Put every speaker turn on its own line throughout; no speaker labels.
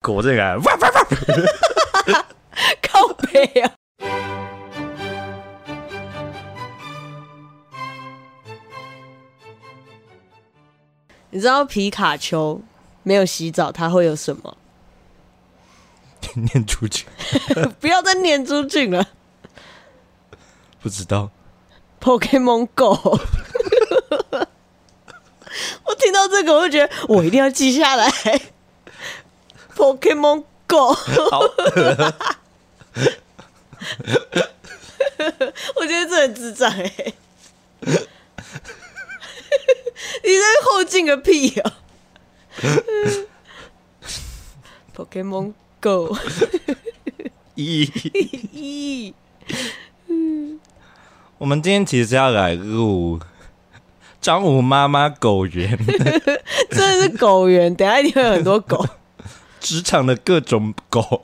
狗这个，哇哇哇！
靠背啊！你知道皮卡丘没有洗澡，它会有什么？
念出去，
不要再念出去了
不知道。
，Pokemon Go。我听到这个，我就觉得我一定要记下来。Pokemon Go，
好，
我觉得这很智障哎、 你这后进个屁哦、Pokemon Go，
咦，
咦，
我们今天其实要来录张武妈妈狗园
真的是狗园，等一下一定会有很多狗，
职场的各种狗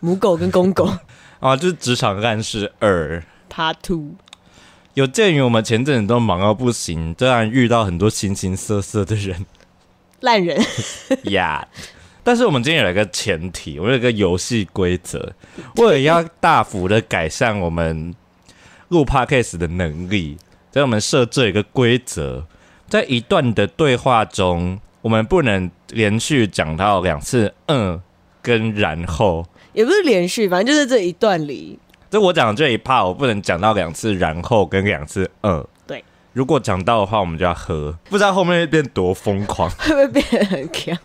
母狗跟公狗。
啊，就是职场烂事二。
Part Two，
有鉴于我们前阵子都忙到不行，当然遇到很多形形色色的人
烂人，
呀。但是我们今天有一个前提，我们有一个游戏规则，为了要大幅的改善我们录 podcast 的能力，所以我们设置了一个规则，在一段的对话中，我们不能连续讲到两次“嗯”跟“然后
也不是连续，反正就是这一段里，”。
就我讲的这一 part，我不能讲到两次“然后”跟两次“嗯”。
对，
如果讲到的话，我们就要喝，不知道后面会变多疯狂。
会不会变得很强？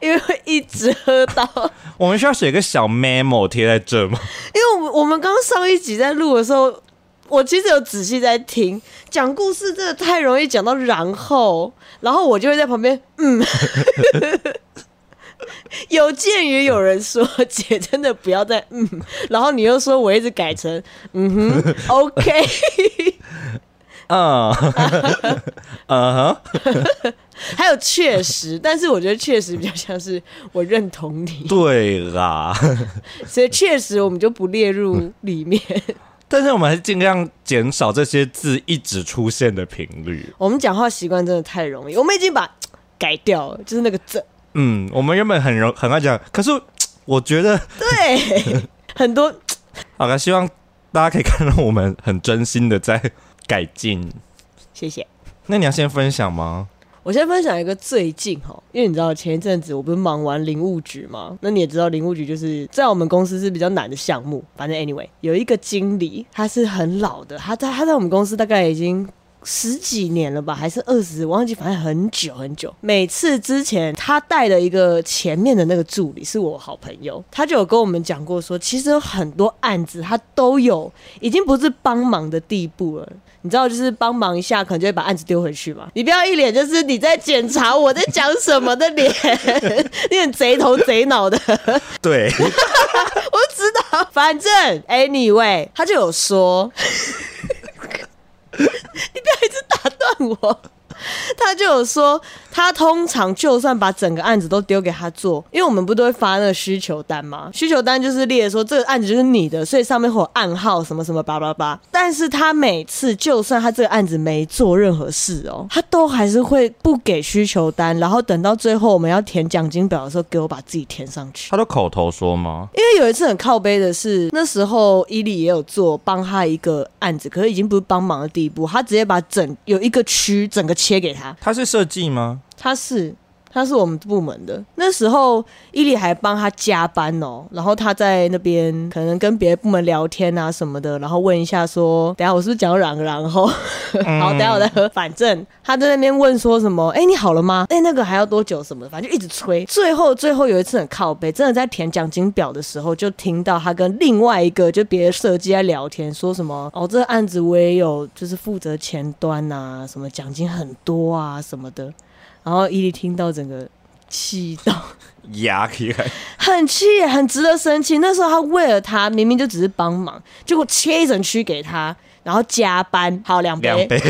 因为会一直喝到，
我们需要写一个小 memo 贴在这吗？
因为我们我们刚上一集在录的时候，我其实有仔细在听，讲故事真的太容易讲到然后，然后我就会在旁边，嗯， 有鉴于有人说姐真的不要再嗯，然后你又说我一直改成嗯哼，OK。
嗯，
还有确实，但是我觉得确实比较像是我认同你，
对啦，
所以确实我们就不列入里面。
但是我们还是尽量减少这些字一直出现的频率。
我们讲话习惯真的太容易，我们已经把改掉了，就是那个 这
嗯，我们原本很容很爱讲，可是我觉得
对很多
好了，希望大家可以看到我们很真心的在改进。
谢谢。
那你要先分享吗？
我先分享一个最近哈，因为你知道前一阵子我不是忙完林务局吗？那你也知道林务局就是在我们公司是比较难的项目。反正 anyway，有一个经理他是很老的，他在他在我们公司大概已经。十几年了吧，还是二十，忘记，反正很久很久。每次之前他带的一个前面的那个助理是我好朋友，他就有跟我们讲过说，其实有很多案子他都有，已经不是帮忙的地步了。你知道，就是帮忙一下，可能就会把案子丢回去嘛。你不要一脸就是你在检查我在讲什么的脸， 你很贼头 贼脑的。
对，
我就知道，反正 anyway，他就有说， 你不要一直打断我。他就有说，他通常就算把整个案子都丢给他做，因为我们不都会发那个需求单吗？需求单就是列说这个案子就是你的，所以上面会有暗号什么什么叭叭叭。但是他每次就算他这个案子没做任何事哦，他都还是会不给需求单，然后等到最后我们要填奖金表的时候，给我把自己填上去。
他都口头说吗？
因为有一次很靠背的是，那时候伊利也有做帮他一个案子，可是已经不是帮忙的地步，他直接把整有一个区整个切给他，
他是设计吗？
他是。他是我们部门的，那时候伊利还帮他加班哦，然后他在那边可能跟别的部门聊天啊什么的，然后问一下说，等一下我是不是讲到然然后， 好，等一下我再喝。反正他在那边问说什么，哎、你好了吗？哎、那个还要多久什么的，反正就一直催。最后最后有一次很靠背，真的在填奖金表的时候，就听到他跟另外一个就别的设计在聊天，说什么哦，这个案子我也有，就是负责前端啊，什么奖金很多啊什么的。然后伊利听到整个气到，
牙起 来，
很气耶，很值得生气。那时候他为了他，明明就只是帮忙，结果切一整区给他，然后加班，好两
两
杯，
杯。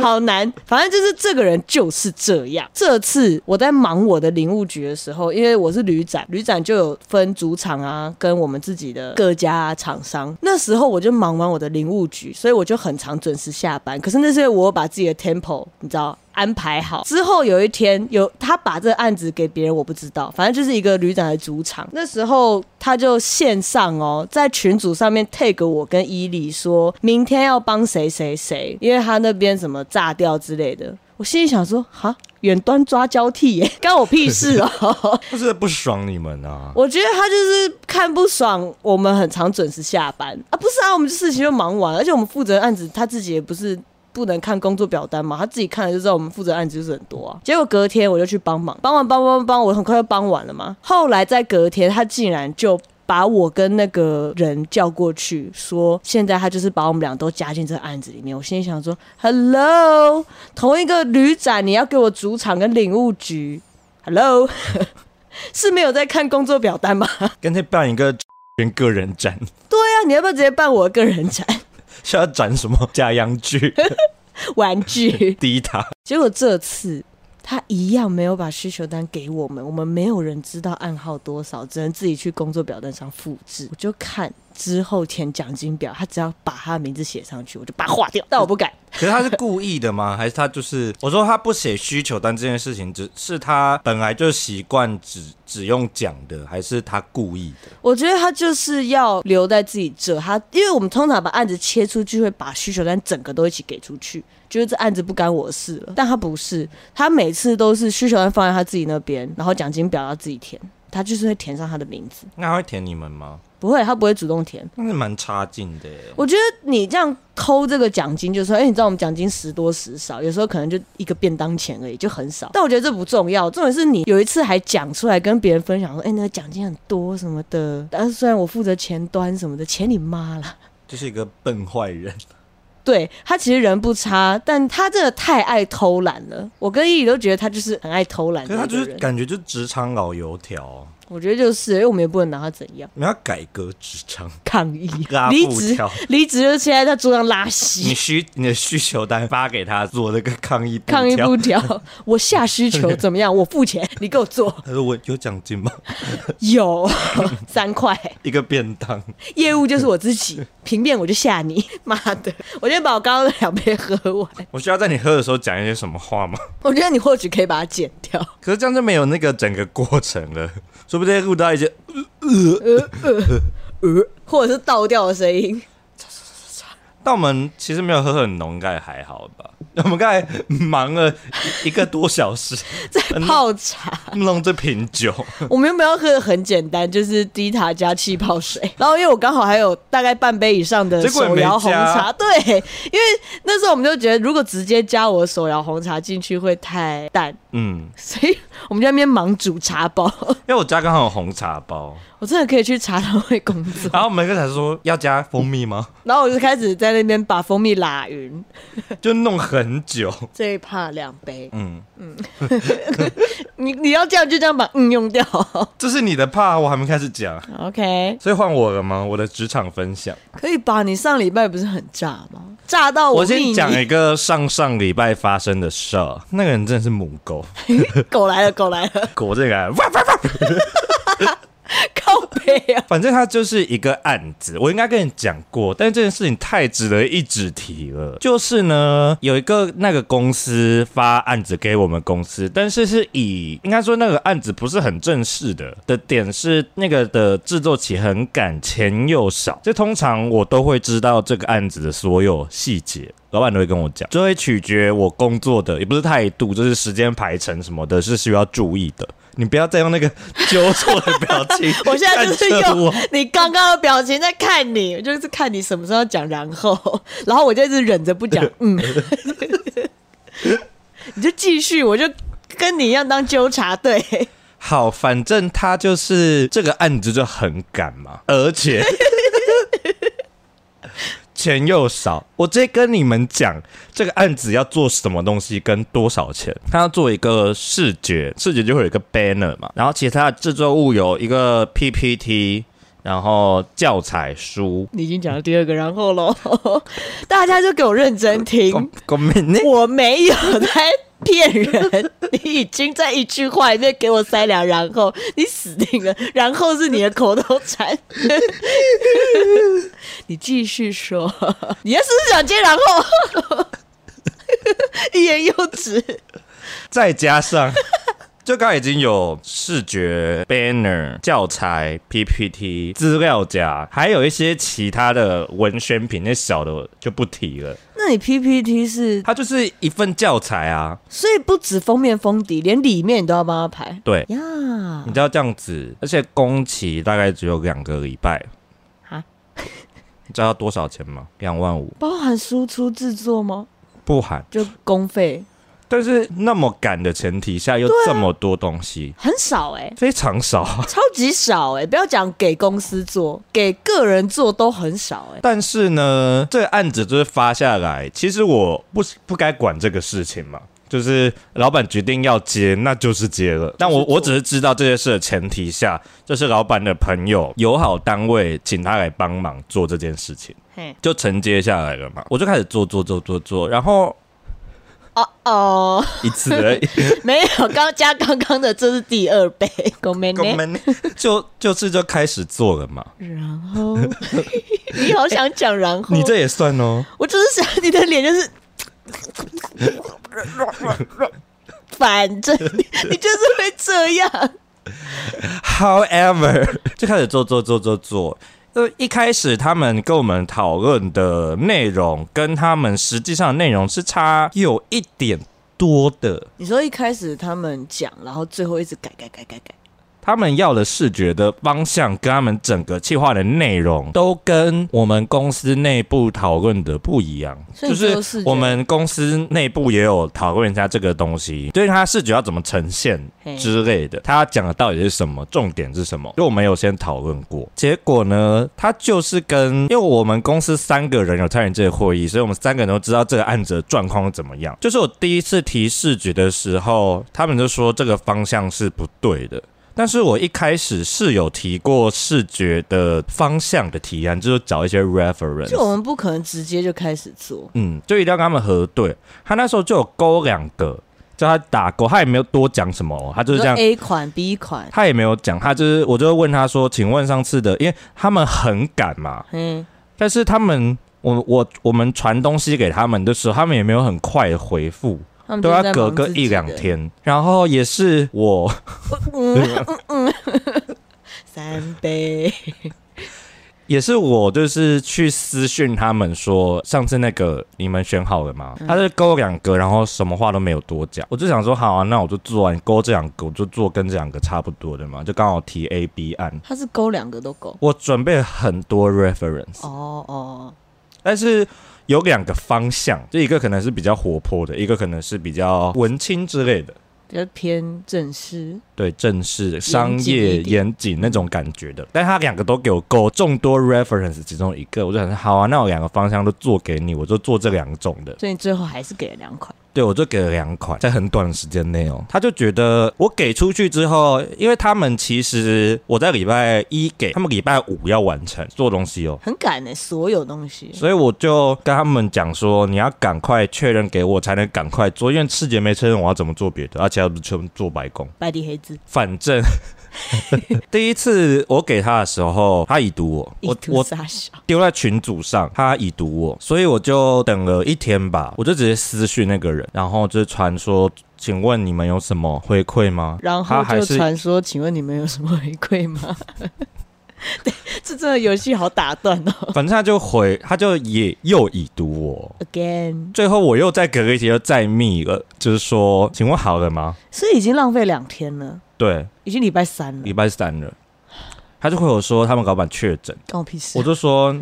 好难。反正就是这个人就是这样。这次我在忙我的林务局的时候，因为我是旅展，旅展就有分主场啊，跟我们自己的各家厂商。那时候我就忙完我的林务局，所以我就很常准时下班。可是那时候我有把自己的 tempo 你知道安排好之后，有一天有他把这个案子给别人，我不知道，反正就是一个旅展的主场。那时候他就线上哦，在群组上面 tag 我跟伊里说，明天要帮谁谁谁，因为他那边什么炸掉之类的。我心里想说，哈，远端抓交替耶， 干我屁事哦！
他是在不爽你们啊？
我觉得他就是看不爽我们很常准时下班啊，不是啊，我们事情就忙完，而且我们负责案子他自己也不是不能看工作表单嘛，他自己看了就知道我们负责案子就是很多啊。结果隔天我就去帮忙，帮完帮帮帮帮，我很快就帮完了嘛。后来在隔天，他竟然就。把我跟那个人叫过去，说现在他就是把我们俩都加进这个案子里面。我心里想说，Hello，同一个旅展，你要给我主场跟领务局，Hello，是没有在看工作表单吗？
干脆办一个 全个人展，
那啊你要不要直接办我的个人展
是要展什么假洋剧、
玩具？
低塔？
结果这次他一样没有把需求单给我们，我们没有人知道暗号多少，只能自己去工作表单上复制。我就看之后填奖金表，他只要把他的名字写上去，我就把它划掉，但我不改。
可是他是故意的吗？ 还是他就是我说他不写需求单这件事情，只是他本来就习惯只只用讲的，还是他故意的？
我觉得他就是要留在自己这，他因为我们通常把案子切出去，会把需求单整个都一起给出去，就是这案子不干我的事了。但他不是，他每次都是需求单放在他自己那边，然后奖金表要自己填，他就是会填上他的名字，
那他会舔你们吗？
不会，他不会主动填。
那是蛮差劲的耶。
我觉得你这样抠这个奖金，就是说，哎、你知道我们奖金时多时少，有时候可能就一个便当钱而已，就很少。但我觉得这不重要，重点是你有一次还讲出来跟别人分享说，哎、那个奖金很多什么的，但是虽然我负责前端什么的，钱你妈啦。
就是一个笨坏人，
对他其实人不差，但他真的太爱偷懒了。我跟依依都觉得他就是很爱偷 懒
可是
的一
他
个
就是
人。
感觉就职场老油条，
我觉得就是，因哎为我们也不能拿他怎样
你们要改革职场，
抗议
拉
离
布
职
条。
离职，就现在在桌上拉
你
稀。
需你的需求单发给他做那个抗议布
抗议
条
不条， 我下需求怎么样？我付钱，你给我做。
他说我有奖金吗？
有三块，
一个便当，
业务就是我自己，平面我就吓你。 妈的，我先把我刚刚的两杯喝完。
我需要在你喝的时候讲一些什么话吗？
我觉得你或许可以把它剪掉。
可是这样就没有那个整个过程了， 说不定录到一些
呃，或者是倒掉的声音。
但我们其实没有喝很浓，应该还好吧？我们刚才忙了一个多小时，
在泡茶，
弄这瓶酒，
我们原本要喝的很简单，就是低塔加气泡水。然后因为我刚好还有大概半杯以上的
结果也
手摇
没
红
加
茶，对，因为那时候我们就觉得如果直接加我的手摇红茶进去会太淡，
嗯，
所以我们就在那边忙煮茶包。
因为我家刚好有红茶包，
我真的可以去茶汤会工作。
然后我们刚才说要加蜂蜜吗？
然后我就开始在那边把蜂蜜拉匀，
就弄很久，
这一趴两杯。
嗯，
你你要这样就这样把嗯用掉。
这是你的怕，我还没开始讲，
OK，
所以换我了吗？我的职场分享，
可以吧？你上礼拜不是很炸吗？炸到
我
命
先
你。
讲一个上上礼拜发生的事儿，那个人真的是母狗，
狗来了，狗来了，
狗这个人 哇哇哇
靠背啊！，
反正它就是一个案子，我应该跟你讲过，但是这件事情太值得一直提了。就是呢，有一个那个公司发案子给我们公司，但是是以应该说那个案子不是很正式的的点是那个的制作期很赶，钱又少。这通常我都会知道这个案子的所有细节。老板都会跟我讲，这会取决我工作的，也不是态度，就是时间排程什么的，是需要注意的。你不要再用那个纠错的表情
我现在就是
看着
用
我
你刚刚的表情在看你，就是看你什么时候讲，然后，然后我就一直忍着不讲，嗯， 你就继续，我就跟你一样当纠察队。
好，反正他就是这个案子就很赶嘛，而 且钱又少。我直接跟你们讲，这个案子要做什么东西跟多少钱。他要做一个视觉，视觉就会有一个 banner 嘛，然后其他的制作物有一个 PPT，然后教材书。
你已经讲了第二个然后喽， 大家就给我认真听，
ごめんね
我没有在骗人，你已经在一句话里面给我塞两然后，你死定了，然后是你的口头禅。 你继续说，你要是不是想接然后？欲言又止。
再加上就刚才已经有视觉 banner、教材、PPT、资料夹，还有一些其他的文宣品，那小的就不提了。
那你 PPT 是，
它就是一份教材啊，
所以不止封面封底，连里面你都要帮他排
对，
呀
你知道这样子，而且工期大概只有两个礼拜
啊。
你知道多少钱吗？两万五
包含输出制作吗？
不含，
就公费
但是那么赶的前提下，又这么多东西，
很少哎、
非常少。
超级少哎、不要讲给公司做，给个人做都很少哎、
但是呢，这个案子就是发下来，其实我不不该管这个事情嘛，就是老板决定要接，那就是接了。但我
就是做
我只是知道这件事的前提下，就是老板的朋友友好单位请他来帮忙做这件事情，
嘿，
就承接下来了嘛。我就开始做做做做做，然后
哦哦，
一次而 已，
没有，刚加刚刚的，这是第二 杯，公妹
我
呢？
们就就是就开始做了嘛。
然后你好想讲然后，
你这也算哦，
我就是想你的脸就是 反正你你就是会这样。
However，就 开始做做做做做。呃，一开始他们跟我们讨论的内容，跟他们实际上的内容是差有一点多的。
你说一开始他们讲，然后最后一直改改改改改，
他们要的视觉的方向，跟他们整个计划的内容，都跟我们公司内部讨论的不一样。
所以
就
你说
是
视觉
我们公司内部也有讨论一下这个东西，对它视觉要怎么呈现
嘿
之类的，他讲的到底是什么，重点是什么，就我们有先讨论过。结果呢，他就是跟因为我们公司三个人有参与这个会议，所以我们三个人都知道这个案子的状况是怎么样。就是我第一次提视觉的时候，他们就说这个方向是不对的。但是我一开始是有提过视觉的方向的提案，就是找一些 reference。
就我们不可能直接就开始做。
嗯，就一定要跟他们核对。他那时候就有勾两个，叫他打勾，他也没有多讲什么哦、他就是这样
你说哎 A 款、B 款，
他也没有讲，他就是我就问他说，请问上次的，因为他们很赶嘛，
嗯，
但是他们我我我们传东西给他们的时候，他们也没有很快的回复，
他们
都
就是
要
在
隔
忙
个
自己
一两
的。
天，然后也是我
嗯三杯，
也是我就是去私讯他们说，上次那个你们选好了吗？他就勾两个，然后什么话都没有多讲，我就想说好啊，那我就做完勾这两个，我就做跟这两个差不多的嘛，就刚好提 A B 案，
他是勾两个都勾。
我准备很多 reference。
哦哦，
但是有两个方向，就一个可能是比较活泼的，一个可能是比较文青之类的，
比较偏正式。
对正式、商业、
一点
严谨那种感觉的。但他两个都给我勾，众多 reference 其中一个，我就想好啊，那我两个方向都做给你，我就做这两种的。
所以最后还是给了两款。
对，我就给了两款，在很短的时间内哦，他就觉得我给出去之后，因为他们其实我在礼拜一给他们，礼拜五要完成做东西哦，
很赶呢、欸所有东西。
所以我就跟他们讲说，你要赶快确认给我，才能赶快做，因为赤节没确认，我要怎么做别的？而且要不是全部做白工，
白底黑字，
反 正第一次我给他的时候，他已读我，
一
我
图
我
傻小，
丢在群组上，他已读我，所以我就等了一天吧，我就直接私讯那个人，然后就传说，请问你们有什么回馈吗？
然
他
后
还
就是传说，请问你们有什么回馈吗？对，这真的游戏好打断哦。
反正他就回，他就也又已读我。
Again，
最后我又再隔一天又再密了，就是说，请问好了吗？
所以已经浪费两天了，
对，
已经礼拜三了
礼，拜三了，他就回我说他们老板确诊，
关我屁事
我
啊。
就说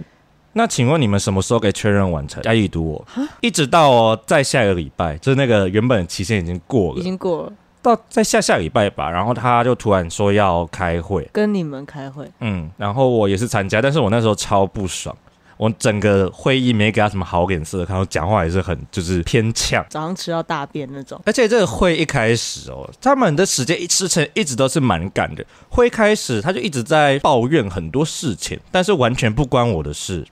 那请问你们什么时候给确认完成？要已读我，一直到哦，在下个礼拜，就是那个原本的期限已经过
已
了，
经过了，
到在下下礼拜吧，然后他就突然说要开会，
跟你们开会，
嗯，然后我也是参加，但是我那时候超不爽。我整个会议没给他什么好脸色看，我讲话也是很就是偏呛，
早上吃到大便那种，
而且这个会一开始哦，他们的时间一之前一直都是蛮赶的。会一开始他就一直在抱怨很多事情，但是完全不关我的事，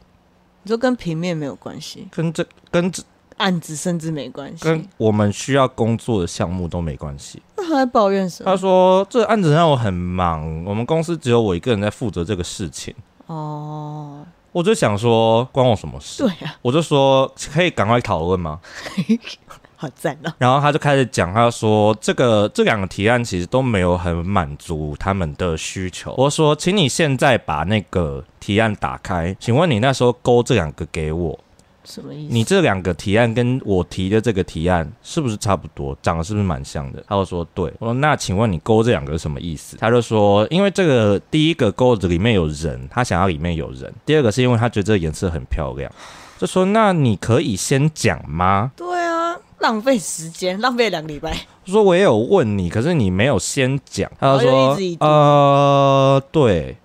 你说跟平面没有关系，
跟这跟这
案子甚至没关
跟
系，
我们需要工作的项目都没关系。
那他在抱怨什
他
么？
说这案子让我很忙，我们公司只有我一个人在负责这个事情。
哦，
我就想说，关我什么事？
对啊，
我就说可以赶快讨论吗？
好赞啊！
然后他就开始讲，他说这个这两个提案其实都没有很满足他们的需求。我说，请你现在把那个提案打开，请问你那时候勾这两个给我，
什么意思？
你这两个提案跟我提的这个提案是不是差不多？长得是不是蛮像的？他就说对。我说那请问你勾这两个是什么意思？他就说，因为这个第一个勾子里面有人，他想要里面有人；第二个是因为他觉得这个颜色很漂亮。就说那你可以先讲吗？
对啊，浪费时间，浪费两个礼拜。
说我也有问你，可是你没有先讲。他就
哦
说
就一直以，读
呃，对。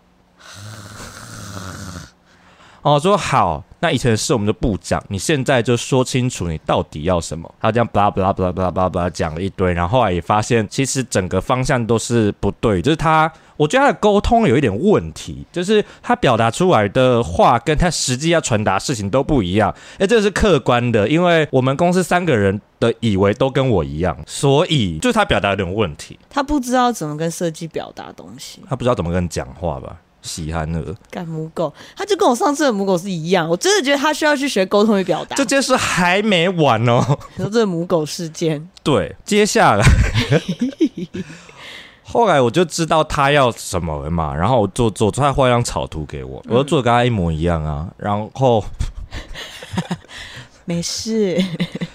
哦，说好，那以前的事我们就不讲，你现在就说清楚你到底要什么。他这样巴拉巴拉巴拉巴拉巴拉巴拉讲了一堆，然后后来也发现其实整个方向都是不对，就是他，我觉得他的沟通有一点问题，就是他表达出来的话跟他实际要传达的事情都不一样。哎，这是客观的，因为我们公司三个人的以为都跟我一样，所以就是他表达有点问题，
他不知道怎么跟设计表达东西，
他不知道怎么跟你讲话吧。喜憨儿，
干母狗，他就跟我上次的母狗是一样。我真的觉得他需要去学沟通与表达。
这件事还没完哦。
你说这个母狗事件，
对，接下来，后来我就知道他要什么了嘛，然后我做做出来画一张草图给我，我就做得跟他一模一样啊，然后
没事，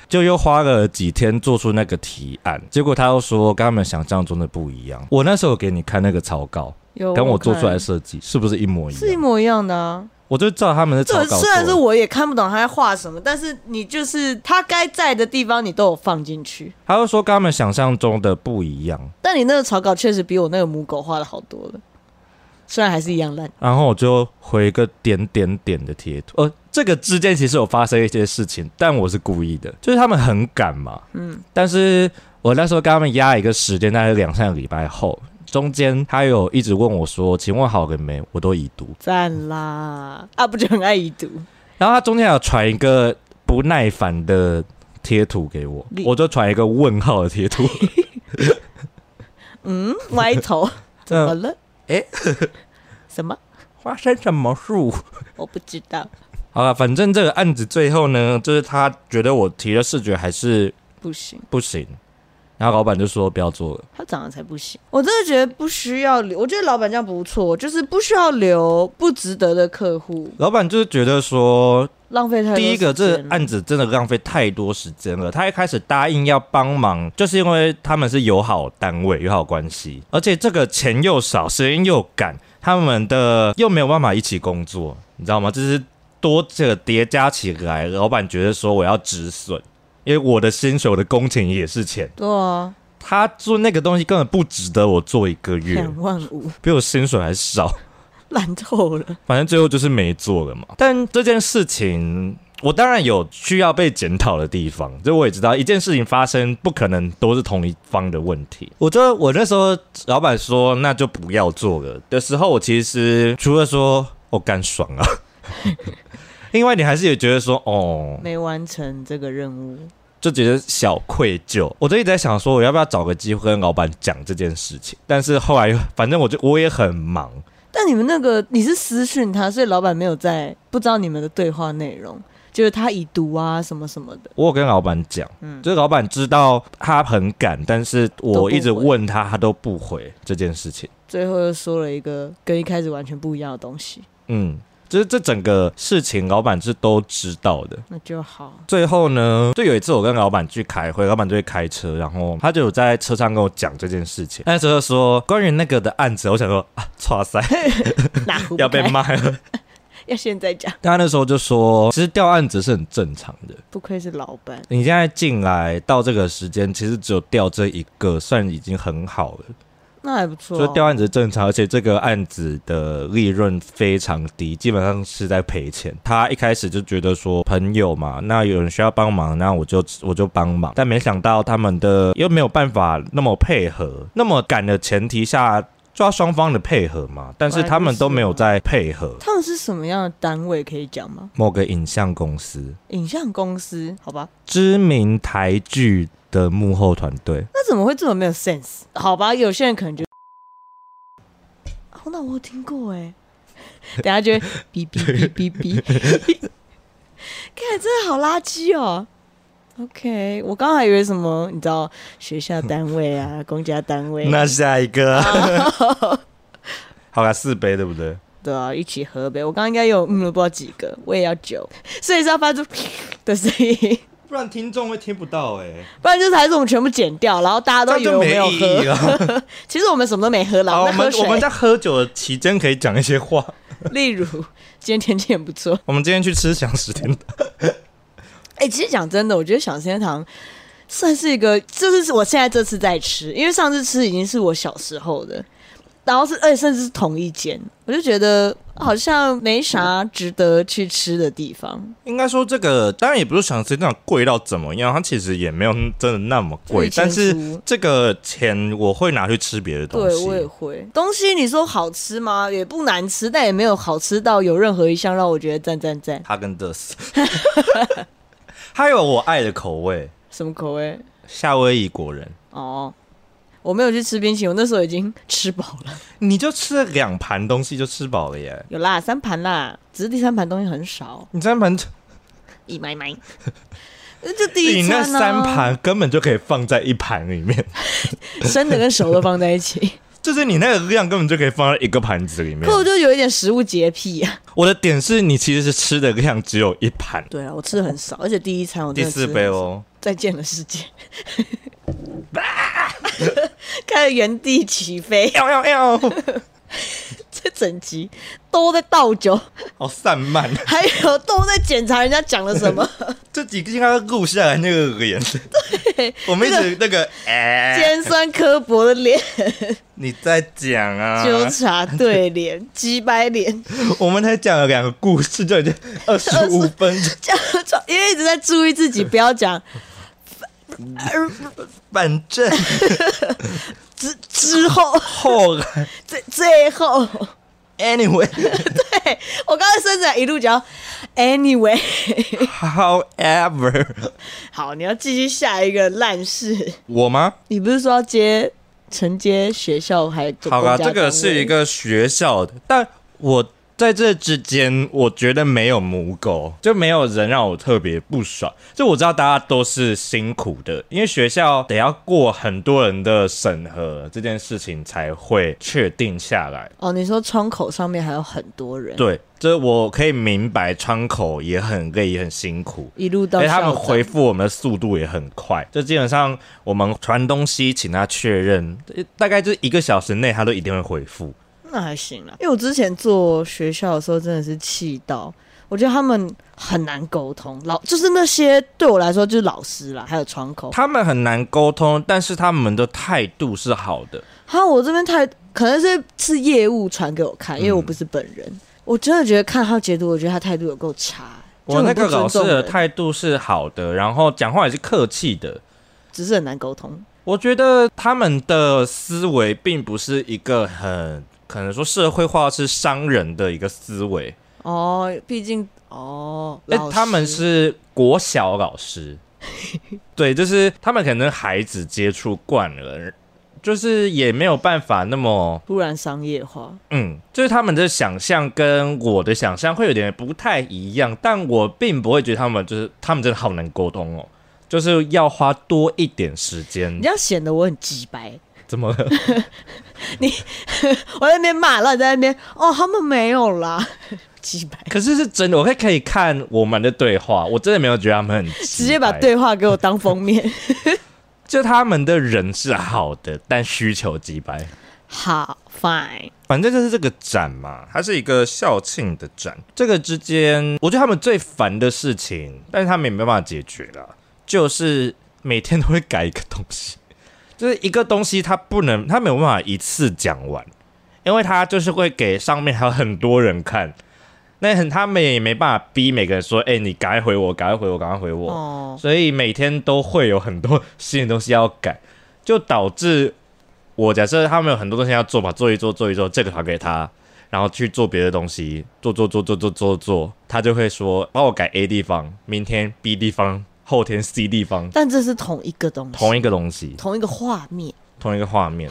就又花了几天做出那个提案，结果他又说跟他们想象中的不一样。我那时候有给你看那个草稿，
有
跟我做
哦看
出来的设计是不是一模一
是一
样？
模一样的啊。
我就照他们的
这
草
个
稿
虽然是
做。
我也看不懂他在画什么，但是你就是他该在的地方你都有放进去。
他又说跟他们想象中的不一样，
但你那个草稿确实比我那个母狗画的好多了，虽然还是一样烂。
然后我就回一个点点点的贴图。呃，这个之间其实有发生一些事情，但我是故意的，就是他们很赶嘛，嗯，但是我那时候跟他们压一个时间，大概两三个礼拜后，中间他有一直问我说：“请问好了没？”我都已读，
赞啦！啊，不就很爱已读？
然后他中间还有传一个不耐烦的贴图给我
你，
我就传一个问号的贴 图。
嗯，歪头怎么了？
嗯诶
什么？
发生什么树？
我不知道，
好了，反正这个案子最后呢，就是他觉得我提的视觉还是
不行，
不行，然后老板就说不要做了。
他长得才不行。我真的觉得不需要留，我觉得老板这样不错，就是不需要留不值得的客户，
老板就是觉得说，
浪费太多
第一个
时
这
间
个
了
案子真的浪费太多时间了。他一开始答应要帮忙，就是因为他们是友好单位、友好关系，而且这个钱又少，时间又赶，他们的又没有办法一起工作，你知道吗？就是多这个叠加起来，老板觉得说我要止损，因为我的薪水、我的工钱也是钱。
对啊，
他做那个东西根本不值得我做一个月，
两万五，
比我薪水还少。
烂透了。
反正最后就是没做了嘛。但这件事情，我当然有需要被检讨的地方，这我也知道，一件事情发生不可能都是同一方的问题。我觉得我那时候老板说那就不要做了的时候，我其实除了说我干、爽啊， 另外你还是也觉得说哦，
没完成这个任务，
就觉得小愧疚。我就一直在想说，我要不要找个机会跟老板讲这件事情？但是后来反正我就我也很忙，
但你们那个你是私讯他，所以老板没有在不知道你们的对话内容，就是他已读啊什么什么的。
我有跟老板讲，就是老板知道他很赶，但是我一直问他，他都不回这件事情。
最后又说了一个跟一开始完全不一样的东西，
嗯，就是这整个事情，老板是都知道的。
那就好。
最后呢，就有一次我跟老板去开会，老板就会开车，然后他就有在车上跟我讲这件事情。那时候说关于那个的案子，我想说啊，哇塞，
哪壶不
要被
开
骂了。
要现在讲，
但他那时候就说，其实调案子是很正常的，
不愧是老板，
你现在进来到这个时间，其实只有调这一个，算已经很好了。
那还不错、
就
哦。
调案子正常，而且这个案子的利润非常低，基本上是在赔钱。他一开始就觉得说朋友嘛，那有人需要帮忙，那我就我就帮忙，但没想到他们的又没有办法那么配合，那么赶的前提下。就要双方的配合嘛，但是他们都没有在配合。
他们是什么样的单位可以讲吗？
某个影像公司，
影像公司，好吧？
知名台剧的幕后团队，
那怎么会这么没有 sense？好吧，有些人可能就，哦，那我有听过哎，等下就会哔哔哔哔哔，看真的好垃圾哦。 OK，我刚还以为什么，你知道学校单位啊，公家单位，
那下一个，哦 好啦，四杯对不对？
对啊，一起喝呗。我刚刚应该有嗯了不知道几个，我也要酒， 所以是要发出的声音，
不然听众会听不到哎、
不然就是还是我们全部剪掉，然后大家都
那
以为
就
我
没
没有
意义
喝。
了。
其实我们什么都没喝啦，
好，我
们在
们
喝
我们
水。
在喝酒的期间可以讲一些话。
例如今天天气很不错，
我们今天去吃享食天堂，
哎、其实讲真的，我觉得小仙堂算是一个，就是我现在这次在吃，因为上次吃已经是我小时候的，然后是而且甚至是同一间，我就觉得好像没啥值得去吃的地方，
应该说这个当然也不是享食天堂贵到怎么样，它其实也没有真的那么贵，
就是
但
千
是
出
这个钱我会拿去吃别的东
对
西。
我也会。东西你说好吃吗？也不难吃，但也没有好吃到有任何一项让我觉得赞赞赞。
哈根达斯， 还有我爱的口味，
什么口味？
夏威夷果仁，
哦，我没有去吃冰淇淋，我那时候已经吃饱了，
你就吃了两盘东西就吃饱了耶。
有啦，三盘啦，只是第三盘东西很少。
你三盘，
一买 买。这第一啊
你那
餐呢、
三盘根本就可以放在一盘里面，
生的跟熟的放在一起，
就是你那个量根本就可以放在一个盘子里面
可。我就有一点食物洁癖啊。
我的点是你其实是吃的量只有一盘。
对啊，我吃的很少，而且第一餐我
第
真的吃
四
得
杯
很少，
哦，
再见了世界， 开始原地起飞，
要要要，
这整集都在倒酒，
好散漫。
还有都在检查人家讲了什么。
这几个应该录下来那个脸，我们一直那个哎，
尖酸刻薄的脸，
你在讲啊？
纠察队脸， 鸡掰脸，
我们才讲了两个故事，就已经二十五分钟，
这样因为一直在注意自己，不要讲
反正
之之后
后来
最最后，
anyway
对我刚刚甚至还一路讲 anyway，
however，
好，你要继续下一个烂事。
我吗？
你不是说要接承接学校还
好啦，这个是一个学校的，但我在这之间，我觉得没有母狗，就没有人让我特别不爽。就我知道大家都是辛苦的，因为学校得要过很多人的审核，这件事情才会确定下来。
哦，你说窗口上面还有很多人，，
对，这我可以明白，窗口也很累，也很辛苦。
一路到
而且
校
哎他们
长
回复我们的速度也很快，就基本上我们传东西请他确认，大概就是一个小时内他都一定会回复。
那还行啦，因为我之前做学校的时候真的是气到，我觉得他们很难沟通，老就是那些对我来说就是老师啦，还有窗口，
他们很难沟通，但是他们的态度是好的。
还有我这边太可能是是业务传给我
嗯
看，因为我不是本人，我真的觉得看他截图，我觉得他态度有够差。
我
就很
那
不
个老
尊
师
重欸
的
人
态度是好的，然后讲话也是客气的。
只是很难沟通，
我觉得他们的思维并不是一个很可能说社会化是商人的一个思维，
哦，毕竟哦，
哎
老，师
他们是国小老师， 对，就是他们可能孩子接触惯了，就是也没有办法那么
突然商业化，
嗯，就是他们的想象跟我的想象会有点不太一样，但我并不会觉得他们就是他们真的好难沟通哦，就是要花多一点时间
你这。样显得我很鸡掰。
怎么了？
我在那边骂，然后你在那边哦，他们没有啦， 鸡掰，
可是是真的，我可以可以看我们的对话，我真的没有觉得他们很直
直接把，对话给我当封面。
就他们的人是好的，但需求击败。
好，fine，
反正就是这个展嘛，它是一个校庆的展。这个之间，我觉得他们最烦的事情，但是他们也没办法解决了，就是每天都会改一个东西， 就是一个东西它不能，它没有办法一次讲完，因为它就是会给上面还有很多人看。那很，他们也没办法逼每个人说：“哎、你赶快回我，赶快回我，赶快回我。
哦，
所以每天都会有很多新的东西要改，就导致我假设他们有很多东西要做嘛，做一做做一做，这个传给他，然后去做别的东西，做做做做做做做，他就会说帮我改 A 地方，明天 B 地方，后天 C 地方，
但这是同一个东西，
同一个东西，
同一个画面，
同一个画面，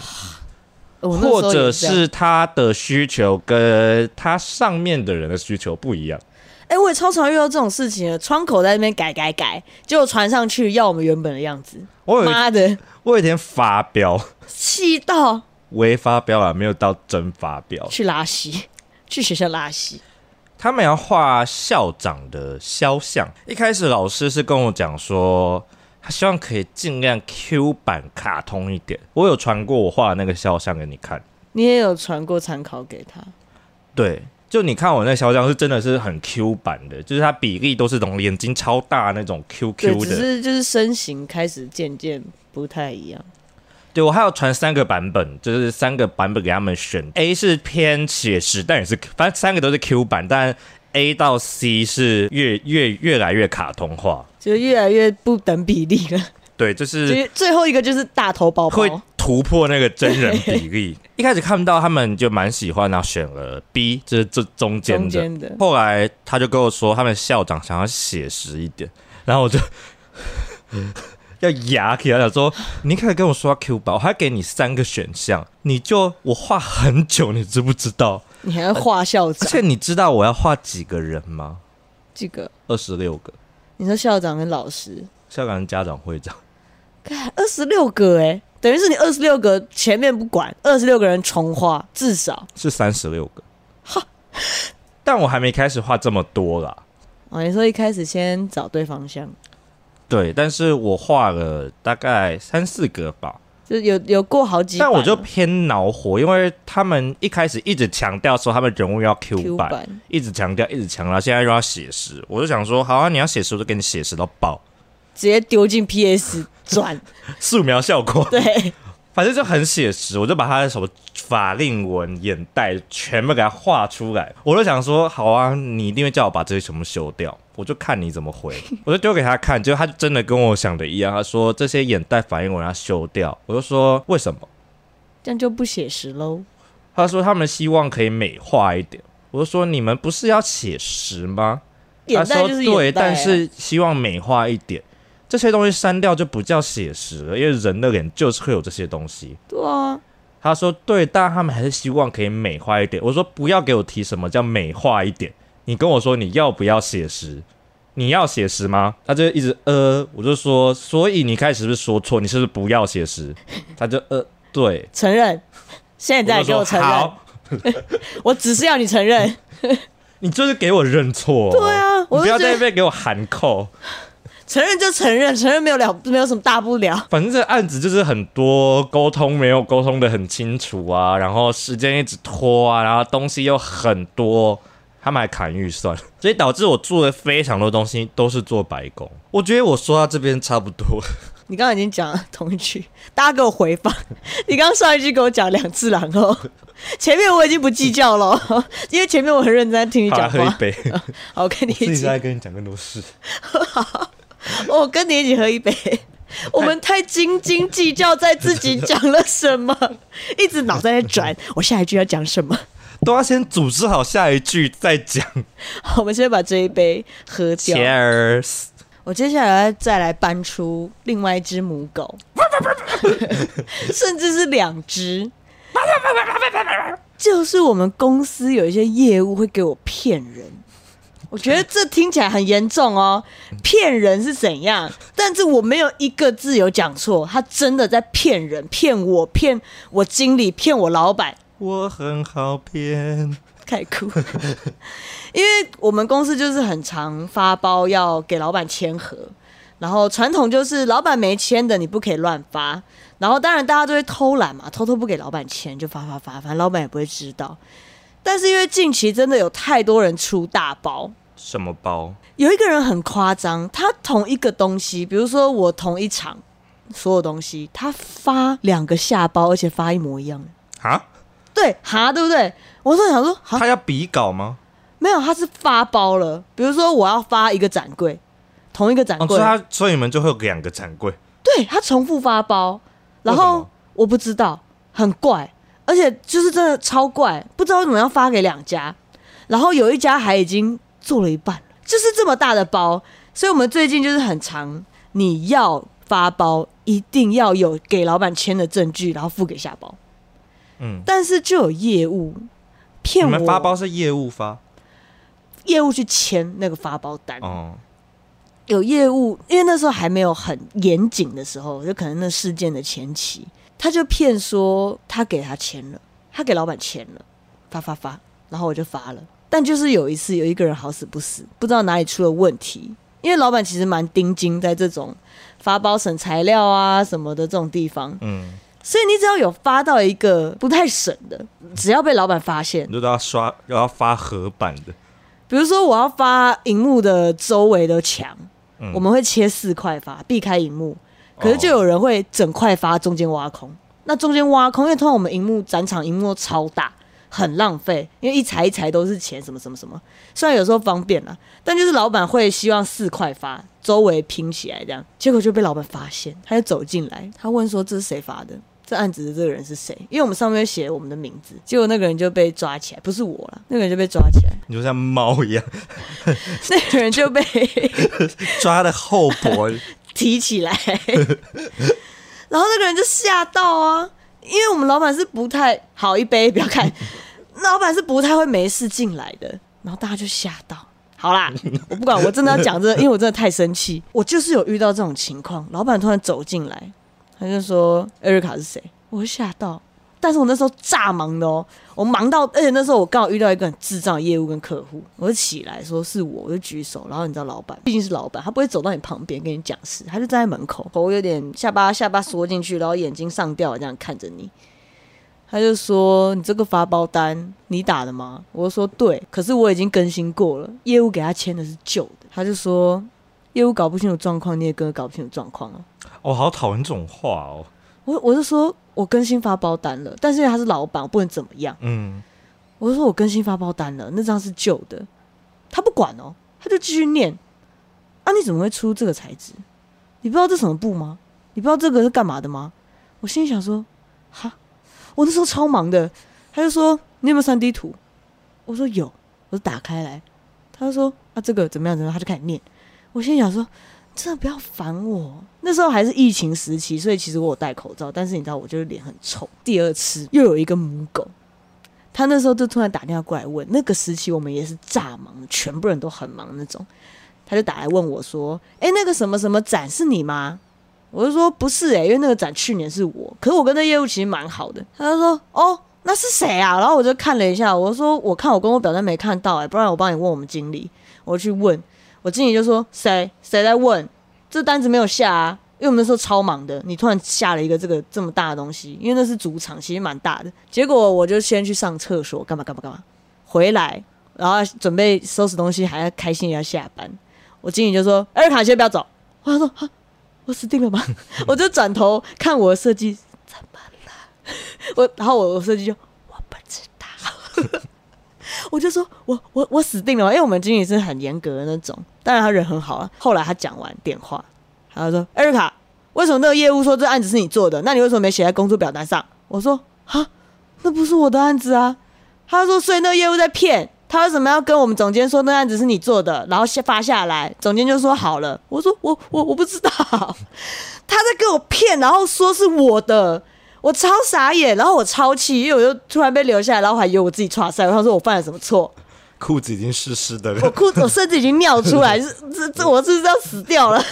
我那时候
或者
也这样
是他的需求跟他上面的人的需求不一样。
哎、我也超常遇到这种事情的，窗口在那边改改改，结果传上去要我们原本的样子，
我有一
妈的，
我有一天发飙，
气到
微发飙啊，没有到真发飙。
去拉稀，去学校拉稀。
他们要画校长的肖像。一开始老师是跟我讲说，他希望可以尽量 Q 版卡通一点。我有传过我画的那个肖像给你看，
你也有传过参考给他，
对，就你看我那肖像是真的是很 Q 版的，就是它比例都是那种眼睛超大那种 QQ
对，
的。
只是就是身形开始渐渐不太一样。
对我还有传三个版本，就是三个版本给他们选。A 是偏写实，但也是反正三个都是 Q 版，但 A 到 C 是越越越来越卡通化。
就是越来越不等比例了，
对，就
就是是最后一个就是大头包
会
包，
突破那个真人比 例。一开始看不到他们就蛮喜欢，然后选了 B，就是这中间
中
的。
间的，
后来他就跟我说，他们校长想要写实一点，然后我就 要牙起来，想说你可以跟我说 Q 吧，我还给你三个选项，你就我画很久，你知不知 道？
你还要画校
而
长
且你知道我要画几个人吗？
这个，
二十六个，
你说校长跟老师，
校长跟家长会长。
二十六个哎、等于是你二十六个前面不管，二十六个人重画至少。
是三十六个。但我还没开始画这么多啦。
哦，你说一开始先找对方向，
对，但是我画了大概三四个吧，
就是有有过好几版
但
了，
我就偏恼火，因为他们一开始一直强调说他们人物要 Q
Q
版，
版，
一直强调，一直强调，现在又要写实，我就想说，好啊，你要写实，我就给你写实到爆，
直接丢进 PS 转，
素描效果，
对，
反正就很写实，我就把他的什么法令纹、眼袋全部给他画出来。我就想说，好啊，你一定会叫我把这些全部修掉，我就看你怎么回。 我就丢给他看，结果他就真的跟我想的一样，他说这些眼袋、法令纹要啊修掉。我就说为什么？
这样就不写实喽。
他说他们希望可以美化一点。我就说你们不是要写实吗？
眼
他
袋
说
就是
对，
眼袋、
但
啊，
是希望美化一点。这些东西删掉就不叫写实了，因为人的脸就是会有这些东西。
对啊，
他说对，但他们还是希望可以美化一点。我说不要给我提什么叫美化一点，你跟我说你要不要写实？你要写实吗？他就一直呃，我就说，所以你开始是不是说错？你是不是不要写实？他就呃，对，
承认，现在
我
给
就
我承
说
认，
好，
我只是要你承认。
你就是给我认错、哦
对，啊，
你
我
不
就
要
觉
在那
得
边给我喊扣。
承认就承认，承认没有了，没有什么大不了。
反正这案子就是很多沟通没有沟通的很清楚啊，然后时间一直拖啊，然后东西又很多，他们还砍预算，所以导致我做的非常多东西都是做白工。我觉得我说到这边差不多，
你刚刚已经讲了同一句，大家给我回放。你刚刚上一句给我讲两次，然后前面我已经不计较了，因为前面我很认真在听你
好啦
讲
喝一
话。
杯，
好，我跟你一起，
跟你讲更多事。
我哦跟你一起喝一杯。我们太斤斤计较在自己讲了什么，一直脑袋在转，我下一句要讲什么。
都要先组织好下一句再讲。
好我们先把这一杯喝 掉。
Cheers！
我接下来再来搬出另外一只母狗，甚至是两只，就是我们公司有一些业务会给我骗人。我觉得这听起来很严重哦，骗人是怎样？但是我没有一个字有讲错，他真的在骗人，骗我，骗我经理，骗我老板，
我很好骗，
开始哭，因为我们公司就是很常发包要给老板签合，然后传统就是老板没签的你不可以乱发，然后当然大家都会偷懒嘛，偷偷不给老板签就发发发，反正老板也不会知道。但是因为近期真的有太多人出大包，
什么包？
有一个人很夸张，他同一个东西，比如说我同一场所有东西，他发两个下包，而且发一模一样的，
啊？
对哈，对不对？我是想说，哈，
他要比稿吗？
没有，它是发包了。比如说，我要发一个展柜，同一个展
哦，所
柜，
以他所以你们就会有两个展柜。
对它重复发包，然
为什
后
么
我不知道，很怪，而且就是真的超怪，不知道为什么要发给两家，然后有一家还已经做了一半了，就是这么大的包，所以我们最近就是很常你要发包，一定要有给老板签的证据，然后付给下包，
嗯，
但是就有业务骗
你
我
们发包是业务发。
业务去签那个发包单，
哦，
有业务，因为那时候还没有很严谨的时候，就可能那事件的前期，他就骗说他给他签了，他给老板签了，发发发，然后我就发了。但就是有一次，有一个人好死不死，不知道哪里出了问题，因为老板其实蛮盯紧在这种发包审材料啊什么的这种地方，
嗯，
所以你只要有发到一个不太审的，只要被老板发现
你，就都要刷，然后发合版的，
比如说我要发荧幕的周围的墙，
嗯
我们会切四块发，避开荧幕。可是就有人会整块发，中间挖空。那中间挖空，因为通常我们荧幕展场荧幕超大，很浪费，因为一裁一裁都是钱，什么什么什么。虽然有时候方便啦，但就是老板会希望四块发，周围拼起来这样，结果就被老板发现，他就走进来，他问说这是谁发的？这案子的这个人是谁？因为我们上面写我们的名字，结果那个人就被抓起来，不是我啦，那个人就被抓起来，
你就像猫一样
那个人就被
抓的厚脖，
提起来，然后那个人就吓到啊，因为我们老板是不太好一杯，不要看，老板是不太会没事进来的，然后大家就吓到。好啦，我不管，我真的要讲这个因为我真的太生气，我就是有遇到这种情况，老板突然走进来，他就说艾瑞卡是谁？我就吓到，但是我那时候炸忙的哦，我忙到，而且那时候我刚好遇到一个很智障的业务跟客户，我就起来说是我，我就举手，然后你知道老板毕竟是老板，他不会走到你旁边跟你讲事，他就站在门口，头有点下巴下巴缩进去，然后眼睛上吊这样看着你。他就说：“你这个发包单你打的吗？”我就说：“对，可是我已经更新过了，业务给他签的是旧的。”他就说：“业务搞不清楚状况，你也跟着搞不清楚状况啊。”
我、哦好讨厌这种话哦，
我我就说我更新发包单了，但是因为他是老板，我不能怎么样。
嗯，
我就说我更新发包单了，那张是旧的，他不管哦，他就继续念。啊，你怎么会出这个材质？你不知道这什么布吗？你不知道这个是干嘛的吗？我心里想说，哈，我那时候超忙的。他就说你有没有三 D 图？我说有，我就打开来。他就说啊，这个怎么样怎么样？他就开始念。我心里想说，真的不要烦我。那时候还是疫情时期，所以其实我有戴口罩，但是你知道，我就是脸很臭。第二次又有一个母狗，他那时候就突然打电话过来问，那个时期我们也是炸忙，全部人都很忙那种。他就打来问我说：“哎、那个什么什么展是你吗？”我就说：“不是哎、因为那个展去年是我，可是我跟那业务其实蛮好的。”他就说：“哦，那是谁啊？”然后我就看了一下，我说：“我看我跟我表单没看到哎、不然我帮你问我们经理。”我去问我经理就说：“谁谁在问？这单子没有下啊。”因为我们那时候超忙的，你突然下了一个这个这么大的东西，因为那是主场，其实蛮大的。结果我就先去上厕所，干嘛干嘛干嘛，回来然后准备收拾东西，还要开心要下班。我经理就说：“艾瑞卡，先不要走。”我想说：“啊，我死定了吗？” 我就转头看我的设计怎么了，我然后我的设计就我不知道，我就说我我我死定了吗，因为我们经理是很严格的那种，当然他人很好啊。后来他讲完电话，他就说：“艾瑞卡，为什么那个业务说这案子是你做的？那你为什么没写在工作表单上？”我说：“啊，那不是我的案子啊。”他说：“所以那个业务在骗，他为什么要跟我们总监说那案子是你做的，然后下发下来？总监就说好了。”我说：“我我我不知道， 他在给我骗，然后说是我的。”我超傻眼，然后我超气，因为我就突然被留下来，然后我还以为我自己错赛，我想说我犯了什么错，
裤子已经湿湿的
我
了，
裤子我甚至已经尿出来，这这这我是不是要死掉了？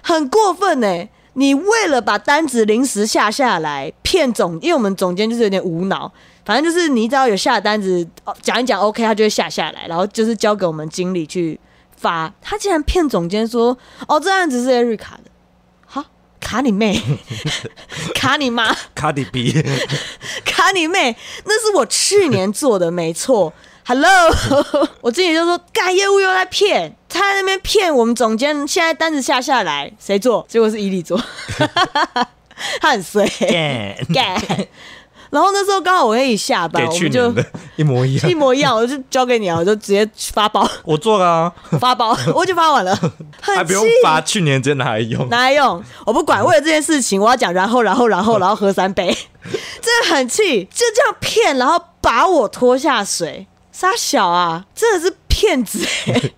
很过分呢、你为了把单子临时下下来骗总，因为我们总监就是有点无脑，反正就是你只要有下单子哦讲一讲 OK，他就会下下来，然后就是交给我们经理去发。他竟然骗总监说：“哦，这案子是 Erica 的。”好，卡你妹， 卡你妈！
卡迪 比，
卡你妹，那是我去年做的，没错。Hello，我 经理就说，干业务又在骗，他在那边骗我们总监，现在单子下下来，谁做？结果是伊利做， 他 很衰，
干
干。然后那时候刚好我可以下班，
给
我
去
们就
年的一模一样
一，模一样，我就交给你啊，我就直接发包，
我做了、啊，
发包，我就发 完了，
还
很
不
气
用，发，去年直接拿来用，
拿来用，我不管，为了这件事情，我要讲，然后，然后，然后，然后喝三杯， 真的很气，就这样骗，然后把我拖下水，傻小啊，真的是骗子、欸。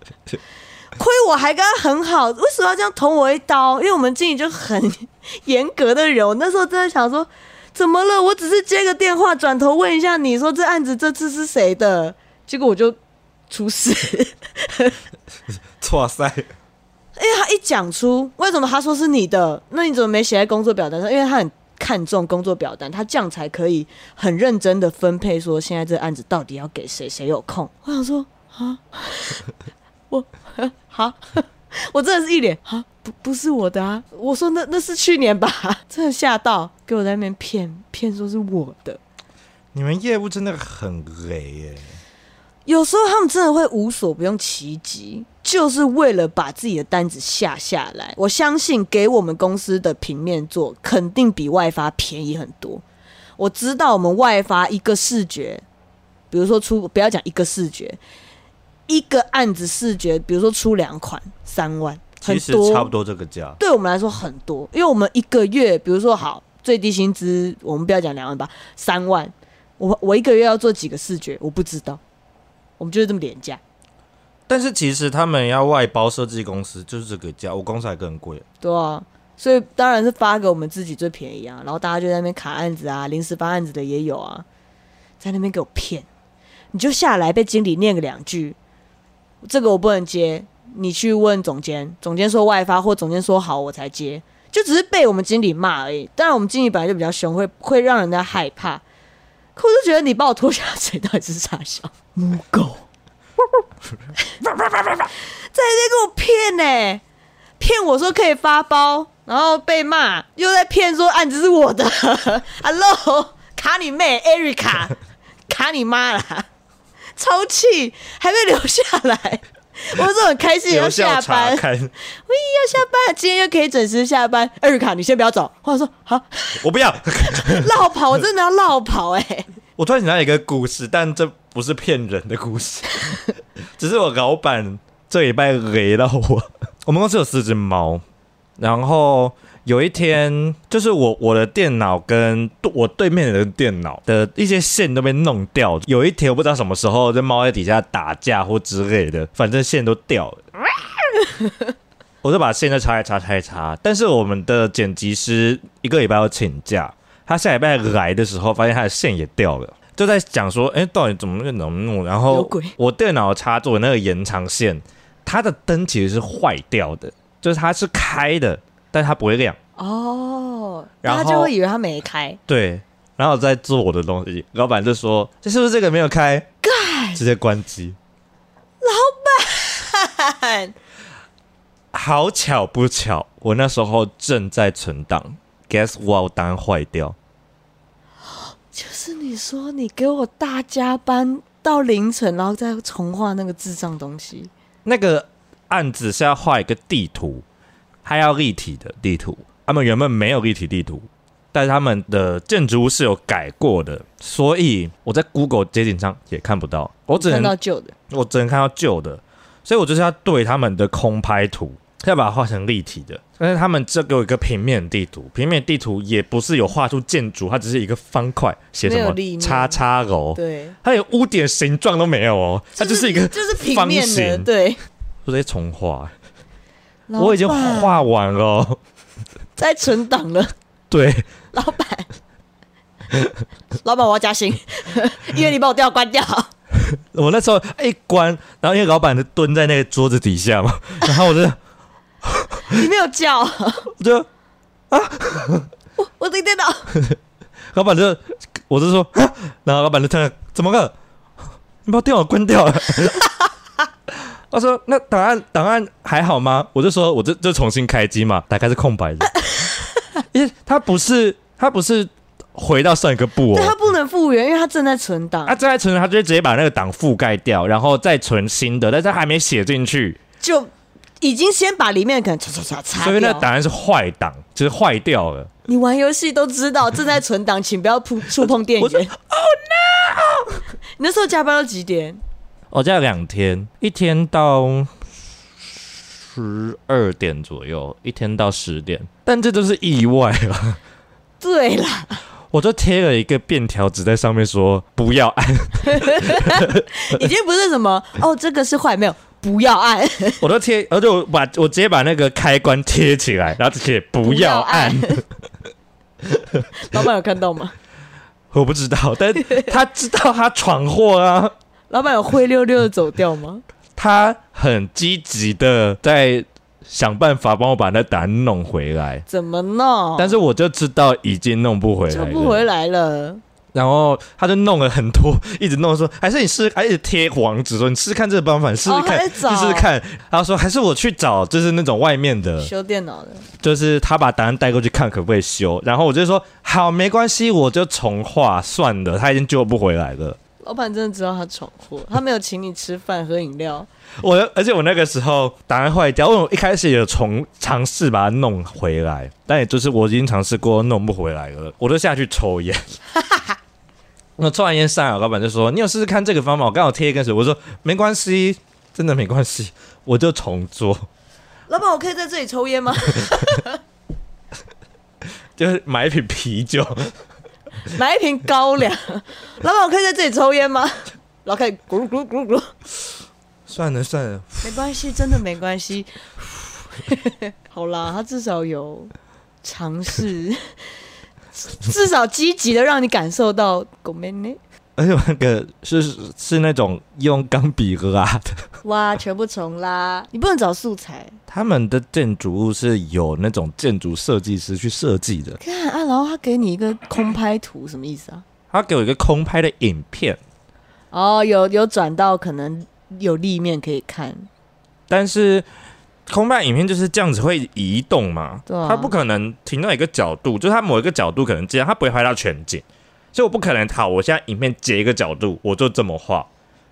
亏我还跟他很好，为什么要这样捅我一刀？因为我们经理就很严格的人，我那时候真的想说，怎么了？我只是接个电话，转头问一下你说这案子这次是谁的，结果我就出事。
哇塞，
因为他一讲出为什么他说是你的，那你怎么没写在工作表单上？因为他很看重工作表单，他这样才可以很认真的分配说现在这案子到底要给谁，谁有空。我想说啊， 我哈，我真的是一脸啊，不不是我的啊。我说那那是去年吧， 真的吓到，给我在那边骗骗说是我的。
你们业务真的很雷耶、
有时候他们真的会无所不用其极，就是为了把自己的单子下下来。我相信给我们公司的平面做，肯定比外发便宜很多。我知道我们外发一个视觉，比如说出不要讲一个视觉，一个案子视觉，比如说出两款三万，很
其实
多
差不多这个价。
对我们来说很多，因为我们一个月，比如说好最低薪资，我们不要讲两万吧，三万，我我一个月要做几个视觉，我不知道，我们就是这么廉价，
但是其实他们要外包设计公司就是这个价，我公司还更贵。
对啊，所以当然是发给我们自己最便宜啊，然后大家就在那边卡案子啊，临时发案子的也有啊，在那边给我骗，你就下来被经理念个两句，这个我不能接，你去问总监，总监说外发或总监说好我才接，就只是被我们经理骂而已。当然我们经理本来就比较凶，会会让人家害怕，可我就觉得你把我拖下水到底是傻笑，母狗。在那边给我骗呢、骗我说可以发包，然后被骂，又在骗说案子是我的。Hello，卡你妹，Erica，卡你妈啦！超气，还被留下来。我是很开心，要
留
下
校
班
查， 看，
要下班，今天又可以准时下班。Erica，你先不要走。或者说好，
我不 要。
绕跑，我真的要绕跑哎、
我突然想到一个故事，但这不是骗人的故事，只是我老板这礼拜雷到我。我们公司有四只猫，然后有一天，就是我我的电脑跟我对面的电脑的一些线都被弄掉。有一天我不知道什么时候，这猫在底下打架或之类的，反正线都掉 了。我就把线再插一插，插一插。但是我们的剪辑师一个礼拜要请假，他下礼拜来的时候，发现他的线也掉了，就在讲说，哎、到底怎么弄怎么弄？然
有
后
鬼
我电脑插座那个延长线，它的灯其实是坏掉的，就是它是开的，但它不会亮。
哦，
然
大
后
家就会以为他 没开，
对，然后我在做我的东西，老板就说：“这是不是这个没有开？”直接关机。好巧不巧，我那时候正在存档，Guess what？单坏掉。
就是你说你给我大加班到凌晨，然后再重画那个智障东西。
那个案子是要画一个地图，它要立体的地图。他们原本没有立体地图，但是他们的建筑物是有改过的，所以我在 Google 街景上也看不到，我只
看
能
到旧的，
我只能看到旧的，所以我就是要对他们的空拍图，要把它画成立体的。但是他们这给我一个平面地图，平面地图也不是有画出建筑，它只是一个方块，写什
没有
么
立面
叉叉楼，
对，
它连屋顶形状都没有哦，它就是一个
就是平
方
面的，
形
对。
我直接重画，
老
我已经
板
画完了哦。
在存档了，
对，
老板，老板我要加 薪，因为你把我电脑关掉，
我那时候一关，然后因为老板就蹲在那个桌子底下嘛，然后我就
你没有叫
我就
我，我的电脑，
老板就我就说，啊然后老板就突然怎么了？你把电脑关掉了。 他说：“那档案档案还好吗？”我就说：“我就就重新开机嘛，打开是空白 的，因为它不是它不是回到上一个步
但他
哦，
不能复原，因为他正在存档
它，正在存，它就会直接把那个档覆盖掉，然后再存新的，但是它还没写进去，
就已经先把里面可能擦擦擦擦
所以那
掉。
档案是坏档，就是坏掉了。
你玩游戏都知道，正在存档，请不要触触碰电
我说
源。Oh no！你那时候加班到几点？
我加了哦两天，一天到十二点左右，一天到十点，但这都是意外啊！
对啦，
我就贴了一个便条纸在上面说不要按，
已经不是什么哦，这个是坏，没有，不要按，
我都贴，而且我把我直接把那个开关贴起来，然后写不要按，
不要按。老板有看到吗？
我不知道，但他知道他闯祸啊，
老板有灰溜溜的走掉吗？
他很积极的在想办法帮我把那答案弄回来，
怎么弄？
但是我就知道已经弄不回
就
来
不
了。
回来了。
然后他就弄了很多，一直弄说，还是你试，还一直贴网址说你试试看这个方法，你试试
哦
看，
还在
你
找
试试看。然后说还是我去找，就是那种外面的，
修电脑的，
就是他把答案带过去看可不可以修。然后我就说好，没关系，我就重画算了，他已经救不回来了。
老板真的知道他闯祸，他没有请你吃饭喝饮料，
我而且我那个时候答案坏掉，因为我一开始有重尝试把它弄回来，但也就是我已经尝试过弄不回来了，我就下去抽烟。我抽完烟上来，老板就说：“你有试试看这个方法？”我刚好贴一根水，我说：“没关系，真的没关系，我就重做，
老板，我可以在这里抽烟吗？
就是买一瓶啤酒。
买一瓶高粱。老板，我可以在这里抽烟吗？然后开始咕噜咕噜咕噜咕噜，”
算了算了，
没关系，真的没关系。 好啦，他至少有尝试， 至少积极的让你感受到狗妹呢。
而且我那个是是那种用钢笔拉的，
哇，全部重啦！你不能找素材，
他们的建筑物是有那种建筑设计师去设计的，
看啊，然后他给你一个空拍图，什么意思啊？
他给我一个空拍的影片。
哦，有有转到可能有立面可以看，
但是空拍影片就是这样子会移动嘛，
对啊
它不可能停到一个角度，就是它某一个角度可能这样，它不会拍到全景，所以我不可能好，我现在影片截一个角度，我就这么画，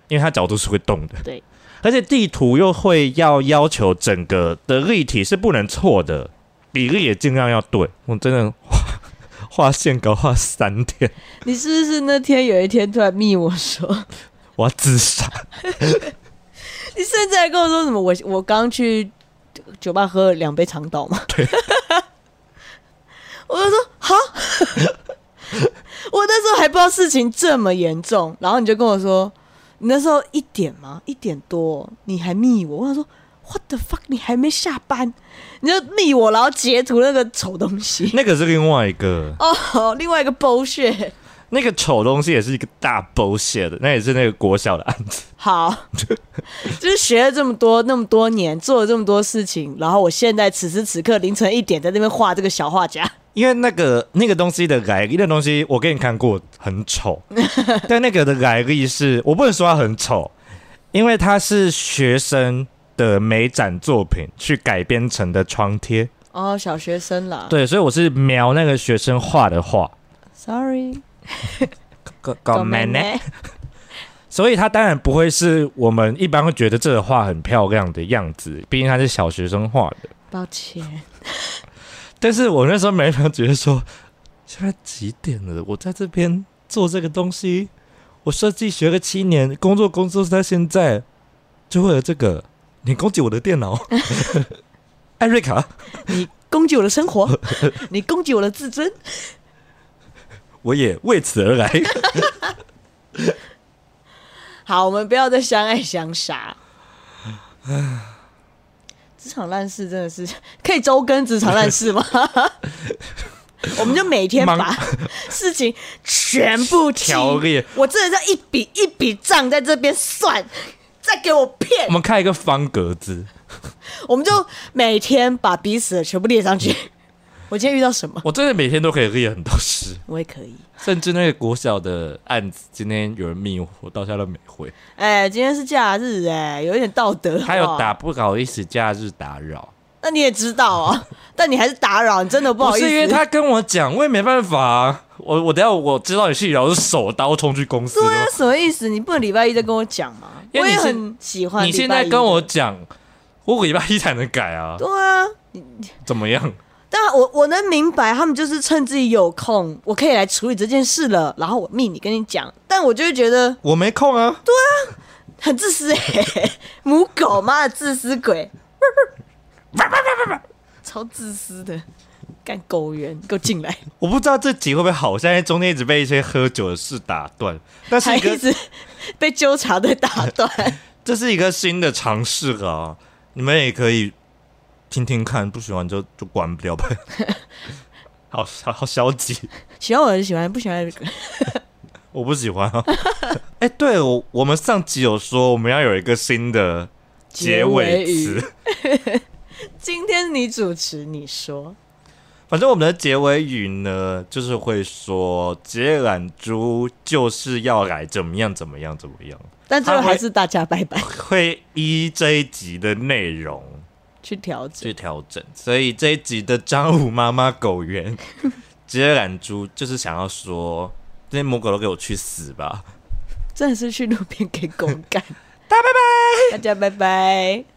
因为它角度是会动的，
对，
而且地图又会要要求整个的立体是不能错的，比例也尽量要对，我真的画画线稿画三天，
你是不是那天有一天突然密我说，
我要自 杀，
你甚至还跟我说什么我我刚去酒吧喝了两杯长岛嘛？对， 我就说好， 我那时候还不知道事情这么严重，然后你就跟我说，你那时候一点吗？一点多哦，你还密我，我想说 what the fuck，你还没下班，你就密我，然后截图那个丑 东西。
那个是另外一个。
哦，另外一个 bullshit，
那个丑东西也是一个大 bullshit 的，那也是那个国小的案子。
好， 就是学了这么多那么多年，做了这么多事情，然后我现在此时此刻凌晨一点在那边画这个小画家，
因为那个那个东西的来历，那东西我给你看过，很丑。但那个的来历是我不能说它很丑，因为它是学生的美展作品去改编成的窗贴。
哦，小学生啦，
对，所以我是描那个学生画的画。
，sorry，
搞搞美呢？所以它当然不会是我们一般会觉得这个画很漂亮的样子，毕竟它是小学生画的。
抱歉，
但是我那时候没朋友觉得说，现在几点了？我在这边做这个东西，我设计学了七年，工作工作到现在，就为了这个，你攻击我的电 脑，艾瑞卡，
你攻击我的生活， 你攻击我的自尊，
我也为此而来。
好，我们不要再相爱相杀。职场烂事真的是可以周更职场烂事 吗？我们就每天
忙
把事情全部记
条列
我真的在一笔一笔账在这边算，再给我骗
我，们开一个方格子，
我们就每天把彼此的全部列上去。我今天遇到什么，
我真的每天都可以列很多事，
我也可以。
甚至那个国小的案子，今天有人密我，我到现在都没回，
哎、今天是假日、哎，有一点道德。
还有
好不好
打，不好意思，假日打扰。
那你也知道啊，但你还是打扰，你真的不好意思。
是因为他跟我讲，我也没办法、啊。我我等下我知道你去，然后我就手刀冲去公司。
对啊，什么意思？你不能礼拜一再跟我讲吗？
因
我
为你
也
是
很喜欢
你
礼
现
拜一的。
在跟我讲，我礼拜一才能改啊，
对啊，
怎么样？
但我我能明白，他们就是趁自己有空，我可以来处理这件事了，然后我命你跟你讲，但我就会觉得
我没空啊。
很自私哎、 母狗妈的自私鬼， 超自私的，干狗缘，给我进来，
我不知道这集会不会好，现在中间一直被一些喝酒的事打断，但是
还
一
一
个
直被纠缠的打断。
这是一个新的尝试啊，你们也可以听听看，不喜欢就就关掉 吧。好好好消极，
喜欢我的就喜欢，不喜欢
我不喜欢啊。哎、 哎、对我我们上集有说我们要有一个新的结尾
语。
词，
今天你主持，你说
反正我们的结尾语呢，就是会说杰懒猪就是要来怎么样怎么样怎么 样，
但最后
他会
还是大家拜拜
会依这一集的内容
去调整。
去调整。所以这一集的张武妈妈狗园杰懒猪就是想要说，这些母狗都给我去死吧！
真的是去路边给狗干。大家拜拜，大家拜拜。